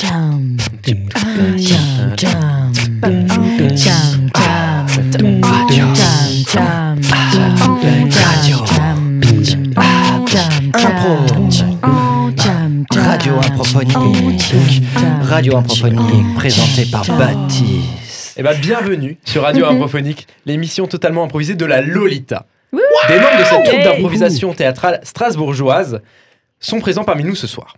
Jam, jam, jam, jam, jam, Radio. jam, jam, Radio. jam, jam, jam, Impro. jam, jam, Radio Improphonique. jam, Radio Improphonique présentée par Baptiste. Eh ben, bienvenue sur Radio Improphonique, l'émission totalement improvisée de la Lolita. Des membres de cette troupe Hey d'improvisation théâtrale strasbourgeoise sont présents parmi nous ce soir.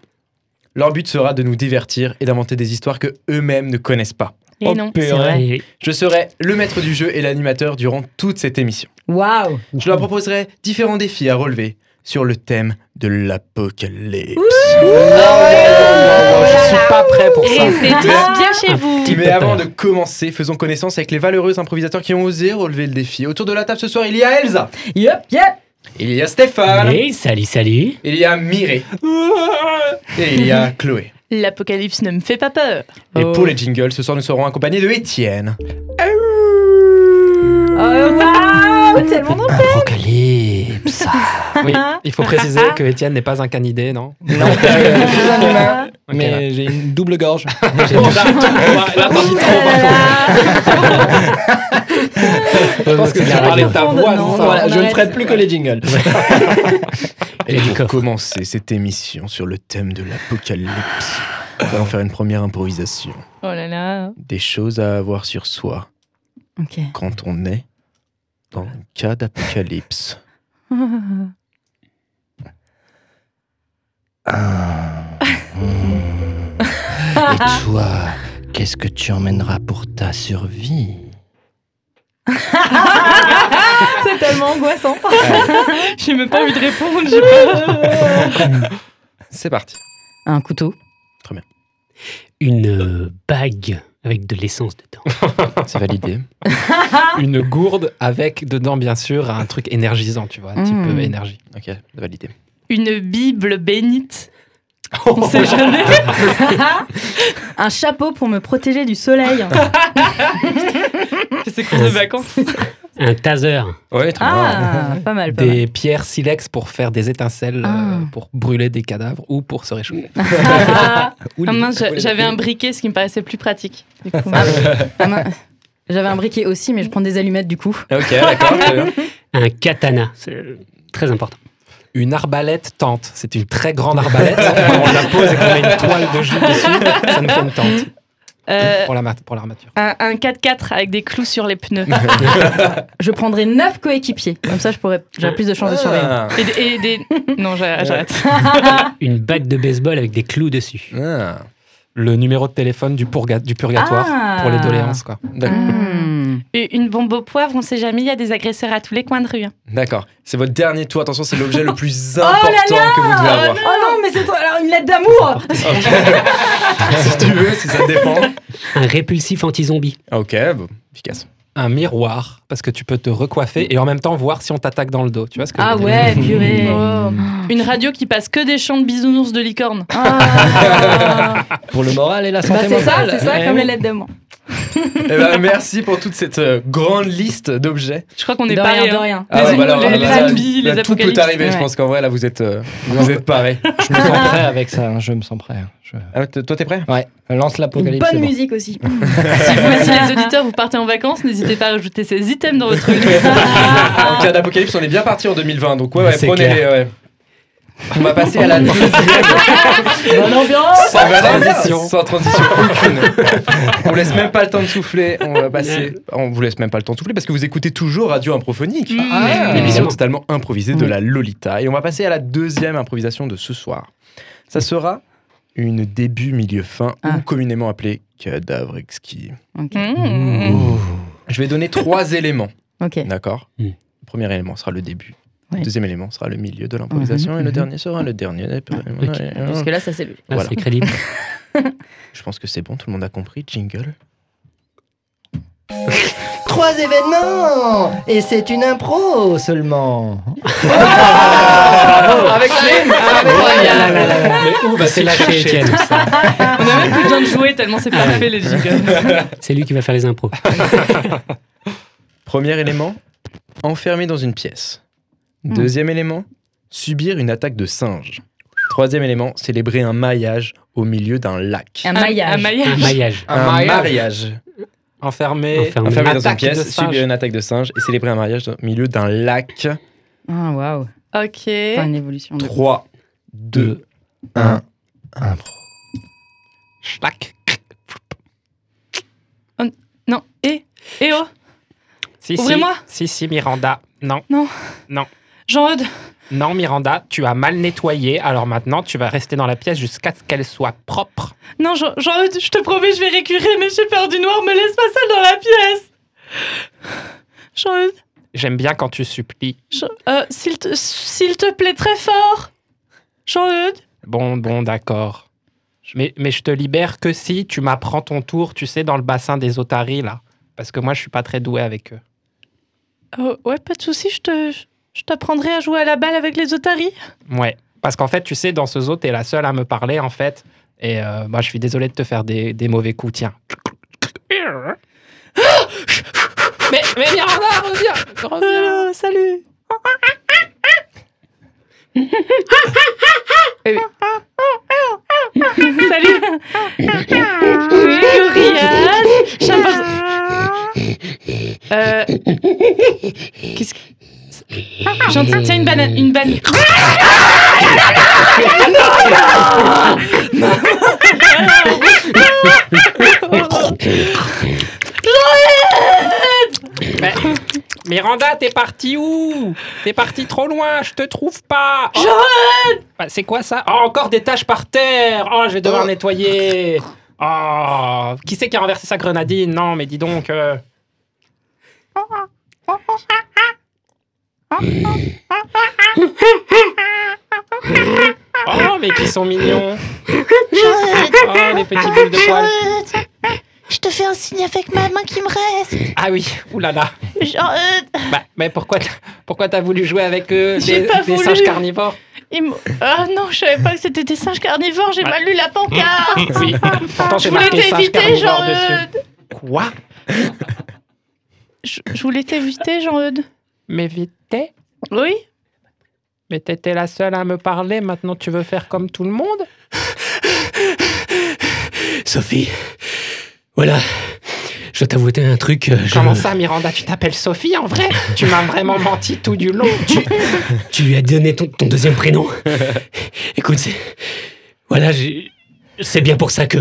Leur but sera de nous divertir et d'inventer des histoires que eux-mêmes ne connaissent pas. Et Oh, non, purée. c'est vrai. Je serai le maître du jeu et l'animateur durant toute cette émission. Waouh Je leur proposerai différents défis à relever sur le thème de l'apocalypse. Oh, Je suis pas prêt pour Et ça. c'est tous bien chez vous Mais avant de commencer, faisons connaissance avec les valeureux improvisateurs qui ont osé relever le défi. Autour de la table ce soir, il y a Elsa, Yep, yep il y a Stéphane, Hey, salut, salut. Il y a Mireille. Et il y a Chloé. L'apocalypse ne me fait pas peur. Et Oh. pour les jingles, ce soir nous serons accompagnés de Étienne. Oh, waouh Tellement drôle Apocalypse. Oui, il faut préciser que Étienne n'est pas un canidé, non Non, Ok, bah, ouais. j'ai une double gorge. je pense que tu as parlé de ta voix. non, c'est ça voilà. je ne ferai plus que les jingles. Et du pour coffre. commencer cette émission sur le thème de l'apocalypse, nous allons faire une première improvisation. Oh là là Des choses à avoir sur soi Ok. quand on est dans un cas d'apocalypse. Et toi, qu'est-ce que tu emmèneras pour ta survie C'est tellement angoissant J'ai même pas envie de répondre, j'ai pas... C'est parti. Un couteau. Une euh, bague avec de l'essence dedans. C'est validé. Une gourde avec dedans, bien sûr, un truc énergisant, tu vois, un petit Mm. peu énergie. Ok, c'est validé. Une Bible bénite On sait jamais Un chapeau pour me protéger du soleil. C'est cours de vacances Un taser. Oui, Ah, pas mal, pas mal. Des pierres silex pour faire des étincelles, euh, Ah. pour brûler des cadavres ou pour se réchauffer. Ah Ou les- mince, ou les- j'avais un briquet, ce qui me paraissait plus pratique. Du coup. Ah, moi, J'avais un briquet aussi, mais je prends des allumettes du coup. Ok, d'accord. très bien. Un katana. C'est euh, très important. Une arbalète tente. C'est une très grande arbalète. on la pose et qu'on met une toile de jus dessus. Ça nous fait une tente Euh, pour la mat- pour l'armature. un, un 4x4 avec des clous sur les pneus. Je prendrai 9 coéquipiers. Comme ça, je pourrais, j'aurais plus de chances de survivre. Ah, Et, des- et des... Non, j'a- j'arrête. Une batte de baseball avec des clous dessus. ah, Le numéro de téléphone du, purga- du purgatoire Ah. pour les doléances, quoi. d'accord. Hmm. Et Une bombe au poivre, on sait jamais, il y a des agresseurs à tous les coins de rue. hein. D'accord. C'est votre dernier tour. Attention, c'est l'objet le plus important que vous devez avoir. Oh non, mais c'est toi, alors une lettre d'amour si tu veux, si ça te dépend. Un répulsif anti-zombie. Ah, Ok, bon, efficace. un miroir parce que tu peux te recoiffer et en même temps voir si on t'attaque dans le dos. Tu vois ce que je Ah veux dire ouais, purée. Oh. Une radio qui passe que des chants de bisounours de licorne. Ah. Pour le moral et la Bah, santé c'est ça, mentale. c'est ça, Eh comme oui. les lettres d'amour. Eh ben, merci pour toute cette euh, grande liste d'objets. Je crois qu'on est de pas rien, de rien. Ah ouais, bah alors, les là, zombies, là, les tout peut apocalypses. arriver. Je Ouais. pense qu'en vrai, là, vous êtes, euh, vous êtes parés. Je me sens prêt avec ça, hein, je me sens prêt. Je- Ah, t- toi, t'es prêt Ouais, lance Une l'apocalypse. c'est bonne bon. musique aussi. Si vous aussi les auditeurs, vous partez en vacances, n'hésitez pas à rajouter ces items dans votre liste. En cas d'apocalypse, on est bien parti en 2020. Donc ouais, ouais, C'est prenez les. clair. ouais. On va passer à la deuxième. Bonne ambiance sans transition. Sans transition aucune. on vous laisse même pas le temps de souffler. On va passer. On vous laisse même pas le temps de souffler parce que vous écoutez toujours Radio Improphonique. Ah. L'émission Évidemment. totalement improvisée de Oui. la Lolita. Et on va passer à la deuxième improvisation de ce soir. Ça sera une début, milieu, fin, Ah. ou communément appelée cadavre exquis. Ok. Mmh. Je vais donner trois éléments, Ok. d'accord Mm. Le premier élément sera le début. Oui. Le deuxième élément sera le milieu de l'improvisation. Et le Mhm. dernier sera le dernier. Parce que là, ça c'est le. Là, Voilà. Ah, c'est crédible. Je pense que c'est bon, tout le monde a compris. Jingle. Trois événements Et c'est une impro seulement Avec Ah Mais où va C'est lâché, Étienne. On a même plus besoin de jouer tellement c'est parfait les jingles. C'est lui qui va faire les impros. Premier élément, Hmm. enfermé dans une pièce. Deuxième élément, subir une attaque de singe. Troisième élément, célébrer un maillage au milieu d'un lac. Ah, Un Un- maillage. Un maillage. Un maillage. Un, maillage. mariage. Enfermé. Enfermé. Enfermé dans une attaque de pièce, singe. subir une attaque de singe et célébrer un mariage au milieu d'un lac. Ah, waouh. Ok. Pas une évolution. de- 3, 2, 1. Schlack. Non. Et Et oh Si, si. Ouvrez-moi. Si, si, Miranda. Non, Jean-Eudes non, Miranda, tu as mal nettoyé. Alors maintenant, tu vas rester dans la pièce jusqu'à ce qu'elle soit propre. Non, Jean- Jean-Eudes, je te promets, je vais récurer, mais j'ai peur du noir, me laisse pas seule dans la pièce Jean-Eudes, J'aime bien quand tu supplies. Jean- euh, s'il te, s'il te plaît très fort Jean-Eudes Bon, bon, d'accord. Mais, mais je te libère que si tu m'apprends ton tour, tu sais, dans le bassin des otaries, là. Parce que moi, je suis pas très doué avec eux. Euh, Ouais, pas de souci, je te... Je t'apprendrai à jouer à la balle avec les otaries. Ouais. Parce qu'en fait, tu sais, dans ce zoo, t'es la seule à me parler, en fait. Et euh, moi, je suis désolé de te faire des, des mauvais coups, tiens. Mais, mais Miranda, reviens, reviens. Euh, salut Eh oui. Salut Riaz Euh... Qu'est-ce que... J'en tiens tiens, une banane, une banane. Miranda, t'es parti où T'es parti trop loin, je te trouve pas. Oh. Bah, C'est quoi ça Oh, Encore des taches par terre. Oh, je vais devoir nettoyer. Oh, qui c'est qui a renversé sa grenadine Non, mais dis donc. euh. Oh, mais qui sont mignons. Oh, les petits boules de poils. Jean-Eudes, je te fais un signe avec ma main qui me reste. Ah oui, oulala. Jean-Eudes, Bah, mais pourquoi t'as, pourquoi t'as voulu jouer avec euh, J'ai des, pas des voulu. singes carnivores Il m- Ah non, je savais pas que c'était des singes carnivores, j'ai mal lu la pancarte Oui. Pourtant, Je j'ai voulais marqué singe t'éviter, carnivore Jean-Eudes dessus. Quoi Je, je voulais t'éviter, Jean-Eudes. Mais vite, t'es Oui Mais t'étais la seule à me parler, maintenant tu veux faire comme tout le monde Sophie, voilà, je dois t'avouer un truc. euh, je- Comment ça, Miranda Tu t'appelles Sophie en vrai Tu m'as vraiment menti tout du long. Tu lui as donné ton, ton deuxième prénom. Écoute, c'est- voilà, j'ai- c'est bien pour ça que,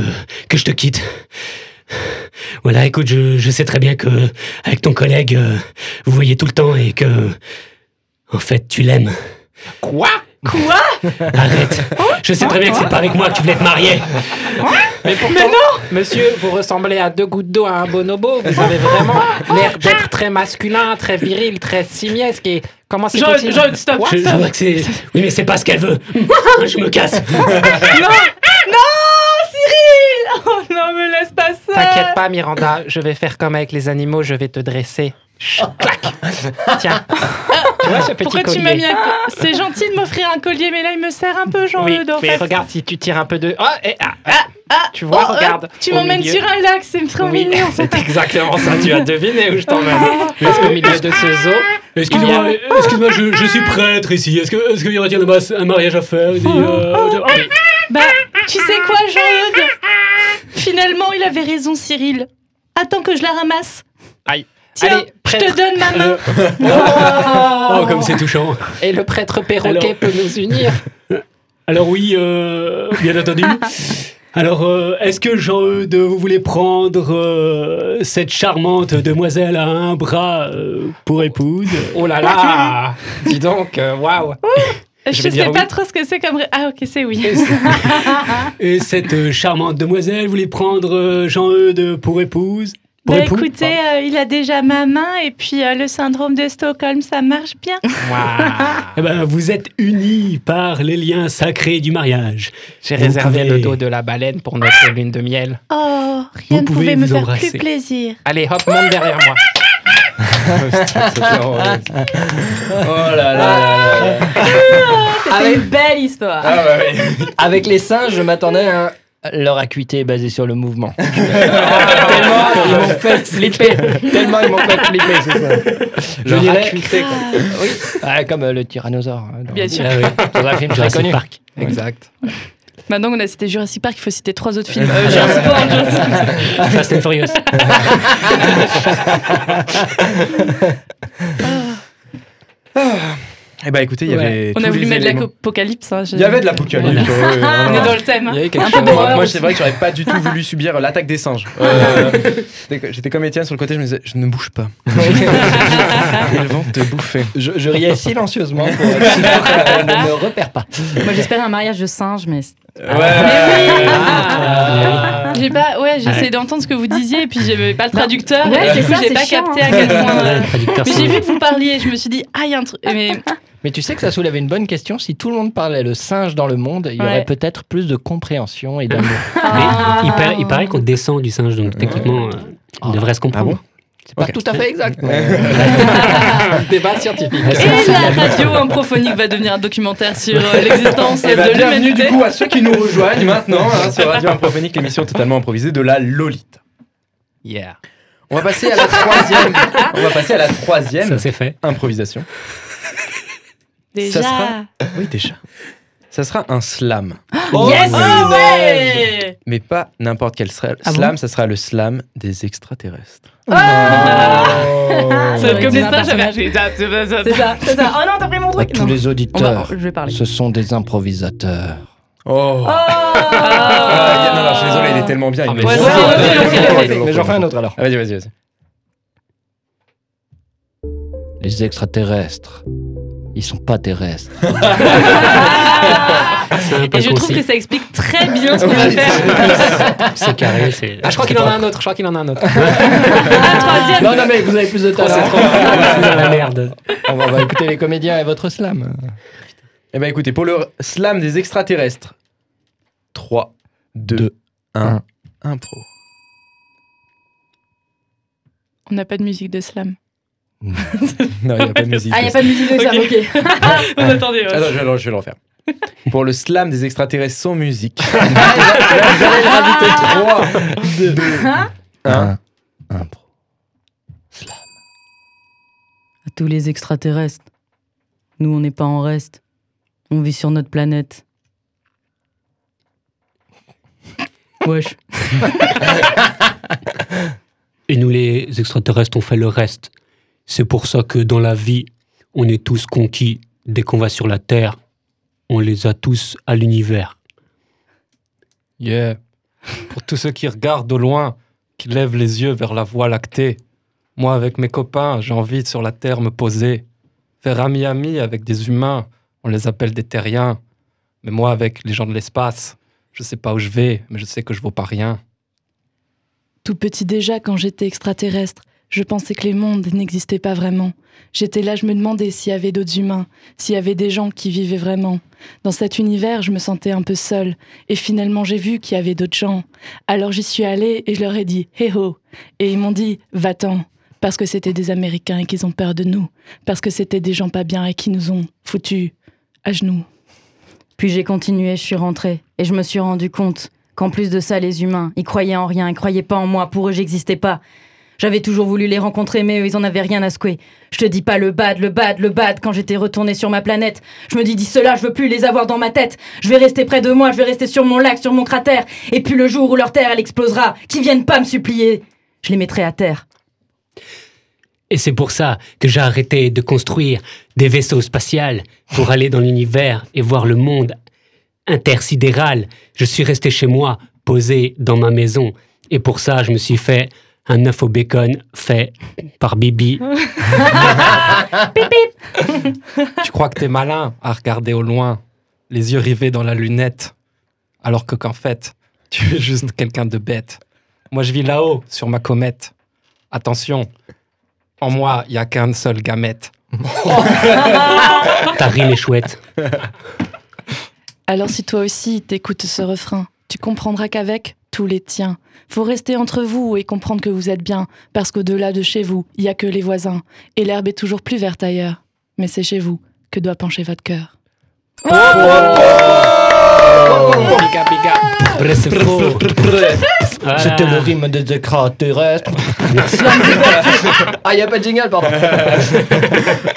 que je te quitte. Voilà, écoute, je, je sais très bien que avec ton collègue, euh, vous voyez tout le temps et que, en fait, tu l'aimes. Quoi Arrête. Je sais très bien que c'est pas avec moi que tu voulais te marier. Mais pourtant, monsieur, vous ressemblez à deux gouttes d'eau à un bonobo. Vous avez vraiment l'air d'être très masculin, très viril, très simiesque. Et comment c'est Jean- possible Jean, stop. Quoi Je, je vois que c'est. Oui, mais c'est pas ce qu'elle veut. Je me casse. Oh non, me laisse pas seule T'inquiète pas, Miranda, je vais faire comme avec les animaux, je vais te dresser. Chut, Clac Tiens. Tu vois ce petit Pourquoi collier tu m'as mis un... co- C'est gentil de m'offrir un collier, mais là, il me sert un peu, Oui, Jean-Eudes, en mais fait. regarde si tu tires un peu de. Oh, et, ah, Ah, tu vois, oh, euh, regarde. tu au m'emmènes milieu. sur un lac, c'est trop Oui, mignon. c'est exactement ça, tu as deviné où je t'emmène. Parce qu'au milieu de ce zoo, Excuse-moi, excuse-moi, je, je suis prêtre ici. Est-ce que, est-ce qu'il y aurait un, mas- un mariage à faire des, euh, de- Ah, Bah, tu sais quoi, Jean-Eudes Finalement, il avait raison, Cyril. Attends que je la ramasse. Aïe. Tiens, Allez, je te prêtre. donne ma main. Oh, comme c'est touchant. Et le prêtre perroquet Alors- peut nous unir. Alors oui, euh, bien entendu. Alors, euh, est-ce que Jean-Eudes, vous voulez prendre euh, cette charmante demoiselle à un bras euh, pour épouse Oh là là Dis donc, euh, waouh Je, Je vais sais dire pas oui. trop ce que c'est comme... ré- Ah, ok, c'est oui. Et cette euh, charmante demoiselle, vous voulez prendre euh, Jean-Eudes pour épouse Pour Bah époux écoutez, euh, il a déjà ma main et puis euh, le syndrome de Stockholm, ça marche bien. Waouh. Eh ben, vous êtes unis par les liens sacrés du mariage. J'ai Vous réservé pouvez- le dos de la baleine pour notre lune de miel. Oh, rien Vous ne pouvez pouvait me vous faire embrasser. plus plaisir. Allez, hop, monte derrière moi. oh là Oh là là là là. C'était une belle histoire. Ah bah oui. Avec les singes, je m'attendais à un- leur acuité est basée sur le mouvement. Tellement, Ah, ils m'ont fait flipper. Tellement ils m'ont fait flipper, c'est ça. Je Leur dirais, acuité, quoi. Ah, comme euh, le tyrannosaure. hein, dans, Bien sûr. dans un film très Jurassic connu. Park. Exact. Maintenant qu'on Bah, a cité Jurassic Park, il faut citer trois autres films. Euh, j'ai un sport, Jurassic- Fast and Furious. Eh ben écoutez, il y Ouais. avait. On a tous voulu les mettre de éléments. l'apocalypse. hein, j'ai- Il y avait de l'apocalypse. ouais, ouais, On est vraiment. dans le thème. Il y hein. avait quelque Un chose. peu d'horreur. Moi, moi, aussi. c'est vrai que j'aurais pas du tout voulu subir l'attaque des singes. Euh, j'étais- J'étais comme Étienne sur le côté, je me disais, je ne bouge pas. Ils vont te bouffer. Je, je riais silencieusement pour être sûr qu'elle ne me repère pas. Moi, j'espérais un mariage de singe, mais Mais oui. Ah. J'ai pas, ouais, j'essayais d'entendre ce que vous disiez et puis j'avais pas le traducteur. Ouais, et c'est du coup, ça, j'ai c'est pas chiant, capté hein. à quel point. euh, Le traducteur, Mais c'est- j'ai vu que vous parliez, je me suis dit, ah, il y a un truc. Mais Mais tu sais que ça soulève une bonne question. Si tout le monde parlait le singe dans le monde, il y Ouais. aurait peut-être plus de compréhension et d'amour. Mais ah. il, paraît- il paraît qu'on descend du singe, donc techniquement, euh, il devrait se comprendre. C'est pas Ok. tout à fait exact. mais- Débat scientifique. Et la radio improphonique va devenir un documentaire sur euh, l'existence Eh ben, de bienvenue du l'humanité. coup à ceux qui nous rejoignent maintenant hein, sur Radio Improphonique, l'émission totalement improvisée de la Lolita. Yeah. On va passer à la troisième. On va passer à la troisième Ça, c'est fait. improvisation. Déjà. Ça sera- Oui déjà. Ça sera un slam, yes! Oh ouais! mais pas n'importe quel sra- Ah bon slam. ça sera le slam des extraterrestres. Ça va être comme les C'est un stages, j'avais. c'est ça, c'est ça. Oh non, t'as pris mon À truc tous Non. les On va- auditeurs, Je vais parler. ce sont des improvisateurs. Oh. Ah, Ah, Yann, alors, je suis désolé, il est tellement bien. il me- ouais, Oh, ouais, ouais, oh, ouais, oh, ouais, oh, Mais j'en fais un oh. autre alors. Ah, Vas-y, vas-y, vas-y. Les extraterrestres, ils sont pas terrestres. Ah. Et je trouve que ça explique très bien ce qu'on va faire. c'est carré. c'est- Ah, je crois c'est qu'il en a propre. un autre. Je crois qu'il en a un autre. La troisième. Non, non, mais vous avez plus de talent. Ah, dans la merde. on, va, on va écouter les comédiens et votre slam. Eh ben écoutez, pour le slam des extraterrestres. 3, 2, 1, impro. On n'a pas de musique de slam. Non, il n'y a pas de musique. Ah, y a pas de musique de ça, Ok. ok. On attendait. ouais. Attends, je, vais le- je vais le refaire. Pour le slam des extraterrestres sans musique. 3, 2, 1. Impro. À tous les extraterrestres. Nous, on n'est pas en reste. On vit sur notre planète. Wesh. Et nous, les extraterrestres, on fait le reste. C'est pour ça que dans la vie, on est tous conquis. Dès qu'on va sur la Terre, on les a tous à l'univers. Yeah. Pour tous ceux qui regardent au loin, qui lèvent les yeux vers la voie lactée, moi avec mes copains, j'ai envie de sur la terre me poser, faire ami-ami avec des humains, on les appelle des terriens. Mais moi avec les gens de l'espace, je sais pas où je vais, mais je sais que je vaux pas rien. Tout petit déjà, quand j'étais extraterrestre, je pensais que les mondes n'existaient pas vraiment. J'étais là, je me demandais s'il y avait d'autres humains, s'il y avait des gens qui vivaient vraiment. Dans cet univers, je me sentais un peu seule, et finalement j'ai vu qu'il y avait d'autres gens. Alors j'y suis allée et je leur ai dit « Hey ho !» Et ils m'ont dit « Va-t'en !» Parce que c'était des Américains et qu'ils ont peur de nous. Parce que c'était des gens pas bien et qui nous ont foutus à genoux. Puis j'ai continué, je suis rentrée. Et je me suis rendu compte qu'en plus de ça, les humains, ils croyaient en rien, ils croyaient pas en moi. Pour eux, j'existais pas. J'avais toujours voulu les rencontrer, mais eux, ils en avaient rien à secouer. Je te dis pas le bad, le bad, le bad. Quand j'étais retournée sur ma planète, je me dis, dis cela, je veux plus les avoir dans ma tête. Je vais rester près de moi, je vais rester sur mon lac, sur mon cratère. Et puis le jour où leur terre, elle explosera, qu'ils viennent pas me supplier, je les mettrai à terre. Et c'est pour ça que j'ai arrêté de construire des vaisseaux spatials pour aller dans l'univers et voir le monde intersidéral. Je suis resté chez moi, posé dans ma maison. Et pour ça, je me suis fait un œuf au bacon fait par Bibi. Tu crois que t'es malin à regarder au loin, les yeux rivés dans la lunette, alors que qu'en fait, tu es juste quelqu'un de bête. Moi, je vis là-haut, sur ma comète. Attention, en moi, il n'y a qu'un seul gamète. Ta rime est chouette. Alors si toi aussi t'écoutes ce refrain, tu comprendras qu'avec tous les tiens, faut rester entre vous et comprendre que vous êtes bien, parce qu'au-delà de chez vous, il y a que les voisins, et l'herbe est toujours plus verte ailleurs. Mais c'est chez vous que doit pencher votre cœur. Après, c'est faux. C'était le rime des extraterrestres. ah, y a pas de jingle, pardon.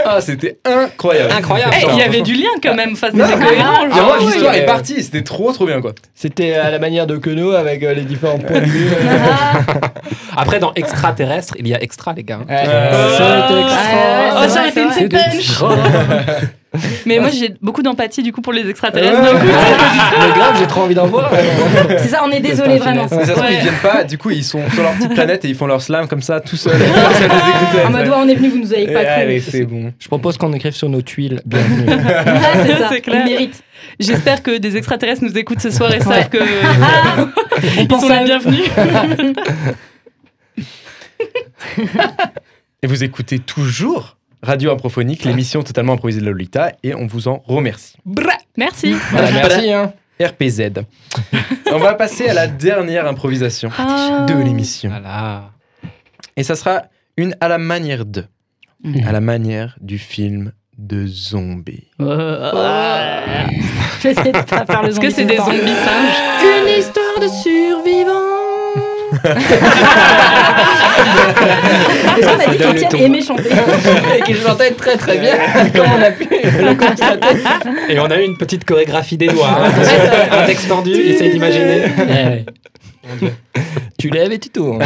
Ah, c'était incroyable. Incroyable. Eh, ça. il y avait du lien quand même face Non, à des mais- Ah, euh, cohérents, Et genre. moi, l'histoire oui. est partie. C'était trop, trop bien, quoi. C'était à la manière de Queneau avec euh, les différents points de vue. euh. Après, dans extraterrestre, il y a extra, les gars. hein. Euh, Euh, Oh, ça aurait été une C'est petite punch Mais moi j'ai beaucoup d'empathie du coup pour les extraterrestres d'un coup. Mais grave, j'ai trop envie d'en voir. C'est ça, on est désolé vraiment. Mais ça se trouve, Ouais. ils viennent pas. Du coup, ils sont sur leur petite planète et ils font leur slam comme ça, tout seuls. Ça les écoute, En mode, ouais, on est venu, vous nous avez ouais. pas Et Eh, allez, cru. c'est bon. Je propose qu'on écrive sur nos tuiles. Bienvenue. Ah, c'est ça, C'est clair. ils méritent. J'espère que des extraterrestres nous écoutent ce soir et savent que On ils pense sont à les eux. bienvenus. Et vous écoutez toujours Radio Improphonique, l'émission totalement improvisée de Lolita, et on vous en remercie. Merci. Voilà, merci, hein. RPZ. on va passer à la dernière improvisation de l'émission. Voilà. Et ça sera une à la manière de. À la manière du film de zombies. Je vais essayer de pas faire le Est-ce que c'est des zombies singes Une histoire de survivants. Est-ce qu'on a dit qu'Étienne aimait chanter Et qui chantait très très bien, comme on a pu le constater. Et on a eu une petite chorégraphie des doigts. hein. Attention, un texte tendu, essaye d'imaginer. Eh, Tu lèves et tu tournes.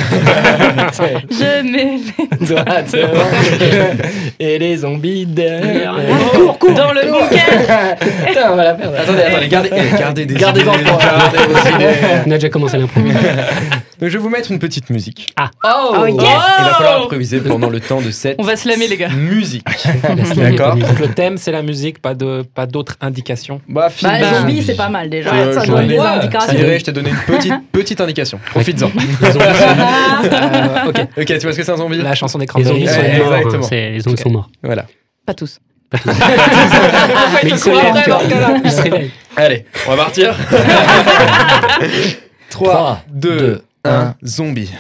Je mets Doigt devant. et les zombies eh, derrière. Ah, cours, cours. dans le bunker. Putain, on va la perdre. Attendez, attendez, gardez, eh, gardez des Gardez idées, dans le coin. gardez vos idées. On a déjà commencé l'impro. Donc, je vais vous mettre une petite musique. Oh, Il va falloir improviser pendant le temps de cette On va se lamer les Bah, gars. musique. lamer, D'accord Donc, le thème, c'est la musique, pas de pas d'autres indications. Bah, film Bah, de Bah, zombies, zombies. c'est pas mal déjà. Euh, ça je- donne des ouais, indications. Je dirais, je t'ai donné une petite, petite indication. Profites-en. Euh, ok. Ok, tu vois ce que c'est un zombie La chanson des Les cranberries. zombies sont Ouais, morts. exactement. hein. C'est- Les zombies sont morts. Voilà. Pas tous. Mais ils se lèvent, tu vois. Ils se réveillent. Allez, on va partir. 3, Trois, 2, deux, 1, un. zombie.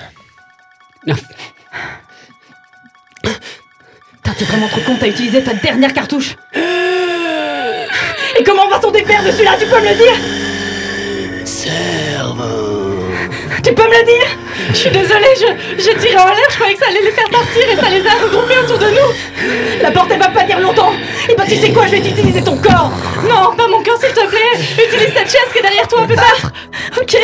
Putain, t'es vraiment trop con, t'as utilisé ta dernière cartouche. Et comment va s'en défaire de celui-là Tu peux me le dire Tu peux me le dire Je suis désolée, je, je tirais en l'air, je croyais que ça allait les faire partir et ça les a regroupés autour de nous. La porte, elle va pas tenir longtemps. Et bah, tu sais quoi, je vais utiliser ton corps. Non, pas mon corps, s'il te plaît. Utilise cette chaise qui est derrière toi, peut-être. Ok.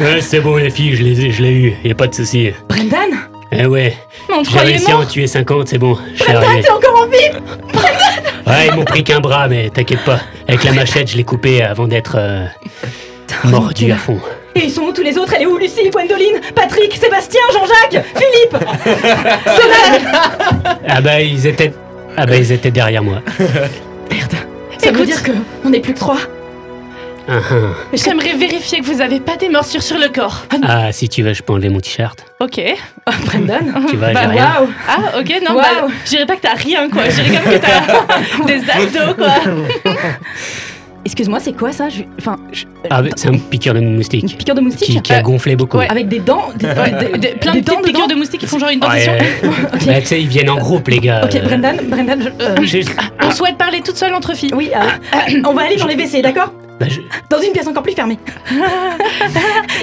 Ouais, c'est bon, les filles, je les ai- je l'ai eu. Y a pas de souci. Brendan Eh ouais, Mais on te j'ai croyait réussi à mort. en tuer 50, c'est bon. Je suis Brendan, arrivé. t'es encore en vie Ouais, ils m'ont pris qu'un bras, mais t'inquiète pas. Avec la machette, je l'ai coupé avant d'être euh, mordu à fond. Et ils sont où tous les autres Elle est où Lucie, Gwendoline, Patrick, Sébastien, Jean-Jacques, Philippe Solène Ah bah ils étaient. Ah bah ils étaient derrière moi. Ça veut dire que on n'est plus que trois Ah, ah. J'aimerais vérifier que vous avez pas des morsures sur le corps. Ah, si tu veux, je peux enlever mon t-shirt. Ok. Ah, Brendan Tu vas, j'ai Bah, rien. Waouh Ah, ok, non, Wow. bah, je dirais pas que t'as rien, quoi. Je dirais quand même que t'as des abdos, quoi. Excuse-moi, c'est quoi ça Je- Enfin, je- Ah, mais c'est un piqueur de une moustique piqûre de qui, moustique qui a gonflé beaucoup. ouais. Avec des dents des, Ouais, des- plein de dents petites piqûres dedans de moustiques qui font genre une Ouais, dentition. euh, Ok. bah, tu sais, ils viennent en groupe, les gars. Ok, Brendan, Brendan, je- euh, Euh, je- On souhaite parler toute seule entre filles. oui, euh, euh, on va aller dans les WC, d'accord bah, je- Dans une pièce encore plus fermée.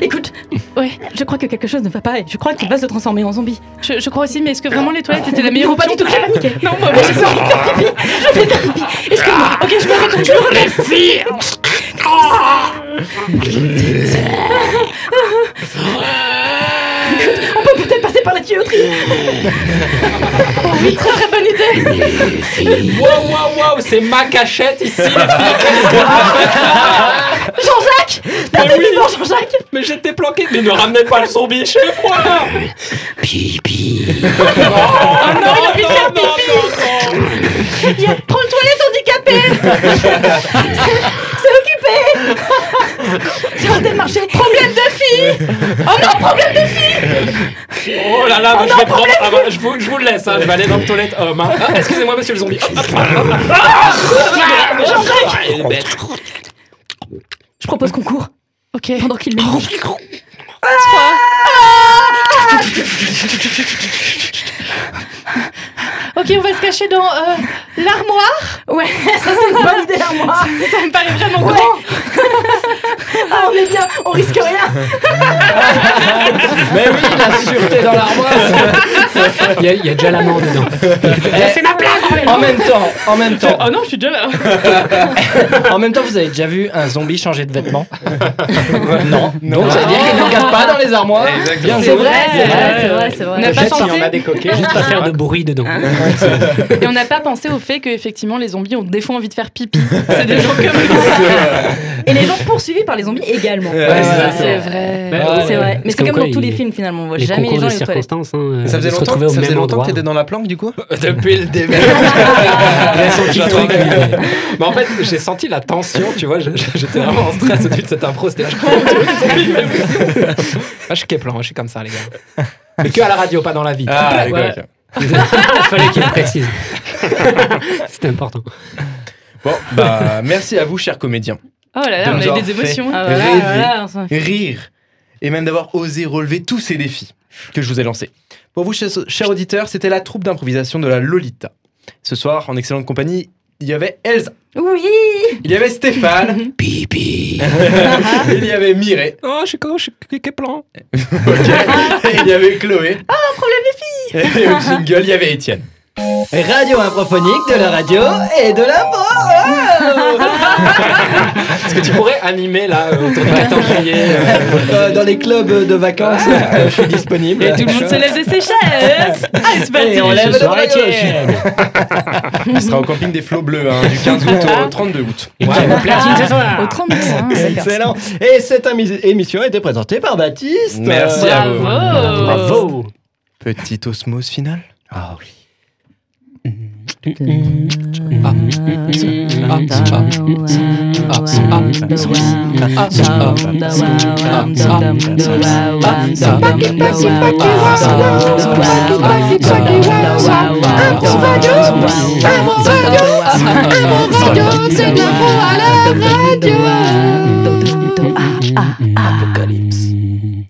Écoute, Ouais. je crois que quelque chose ne va pas et je crois qu'il va se transformer en zombie. Je, je crois aussi, mais est-ce que vraiment les toilettes étaient la Mais meilleure faut pas option du tout que j'ai paniqué. Non, bah, J'ai envie de faire pipi. Je vais faire pipi. Excuse-moi. Ok, je me retourne. Je me retourne. Écoute, On peut peut-être passer par la tuyauterie. Waouh, waouh, waouh, c'est ma cachette ici. les filles. Jean-Jacques T'as des vivant, Jean-Jacques Mais j'étais planqué. Mais ne ramenez pas le zombie chez moi. Pipi. Ah Oh non, non, non, non, non. Il y a- Prends le toilette handicapée C'est c'est occupé C'est un démarché. Problème de fille Oh non, problème de fille Oh là là, je vais prendre. ah bah, je, vous, je vous le laisse, hein, je vais aller dans le toilette homme. hein. Ah, Excusez-moi, monsieur le zombie. Je propose qu'on court Ok. pendant qu'il le mange. Ok, on va se cacher dans euh, l'armoire. Ouais, ça c'est une bonne idée à moi Ça me paraît vraiment Ouais. grand. Ah, on est est bien, on risque rien. Mais oui, la sûreté dans l'armoire. Il y, a- il y a déjà l'amende dedans. c'est ma place. En même temps, en même temps, Oh non, je suis déjà là. En même temps, vous avez déjà vu un zombie changer de vêtements non, non, Ça veut dire qu'il ne cache pas dans les armoires Exactement. Ah, C'est vrai, c'est vrai, Ouais. c'est vrai, c'est vrai. On n'a pas Jette s'il y pensé. en a des Il y a juste pas faire de bruit dedans. Ah, Et on n'a pas pensé au fait que effectivement les zombies ont des fois envie de faire pipi. C'est des gens comme nous. Et les gens poursuivis par les zombies également. Ouais, c'est ça, C'est vrai. Ben, C'est vrai. Mais Parce c'est qu'en comme quoi, dans tous les il- films finalement, on voit Les jamais les concours gens de et les toilettes. circonstances, hein, Ça faisait de se longtemps, retrouver au ça faisait même longtemps que endroit. t'étais dans la planque du coup Depuis le début. Il a son petit J'attends. truc, lui. Mais en fait, j'ai senti la tension, tu vois. je- je- J'étais vraiment en stress au début de cette impro. C'était là, je crois que tu veux que je dise. Moi, je suis Keplan, je suis comme ça, les gars. Mais que à la radio, pas dans la vie. Ah, d'accord, Ouais. ok. Il fallait qu'il le précise. C'était important. Bon, bah, merci à vous, chers comédiens. Oh là De là, on nous a eu avoir des fait émotions. Ah, Rêver. voilà, voilà, on s'en- rire et même d'avoir osé relever tous ces défis que je vous ai lancés. Pour vous, chers chers auditeurs, c'était la troupe d'improvisation de la Lolita. Ce soir, en excellente compagnie, il y avait Elsa, Oui. il y avait Stéphane, Pipi. il y avait Mireille, Oh, je suis con, je suis Keplan. et il y avait Chloé. Ah, un problème de filles Et au jingle, il y avait Étienne. Radio improphonique, de la radio et de la Est-ce que tu pourrais animer là autour de la tente juillet euh, Euh, dans les clubs de vacances, euh, je suis disponible. Et tout le monde se lève de ses chaises. Ah, c'est Et on parti. lève Ce le soir, bras Étienne. gauche. Il sera au camping des Flots Bleus hein, du 15 août au 32 août. Étienne, platine ce soir. Au 32, hein, d'accord. Excellent. Et cette émi- émission a été présentée par Baptiste. Merci à vous. Euh, Bravo. Bravo. Petite osmose finale Ah oui. radio, c'est de la pro à la radio. Apocalypse.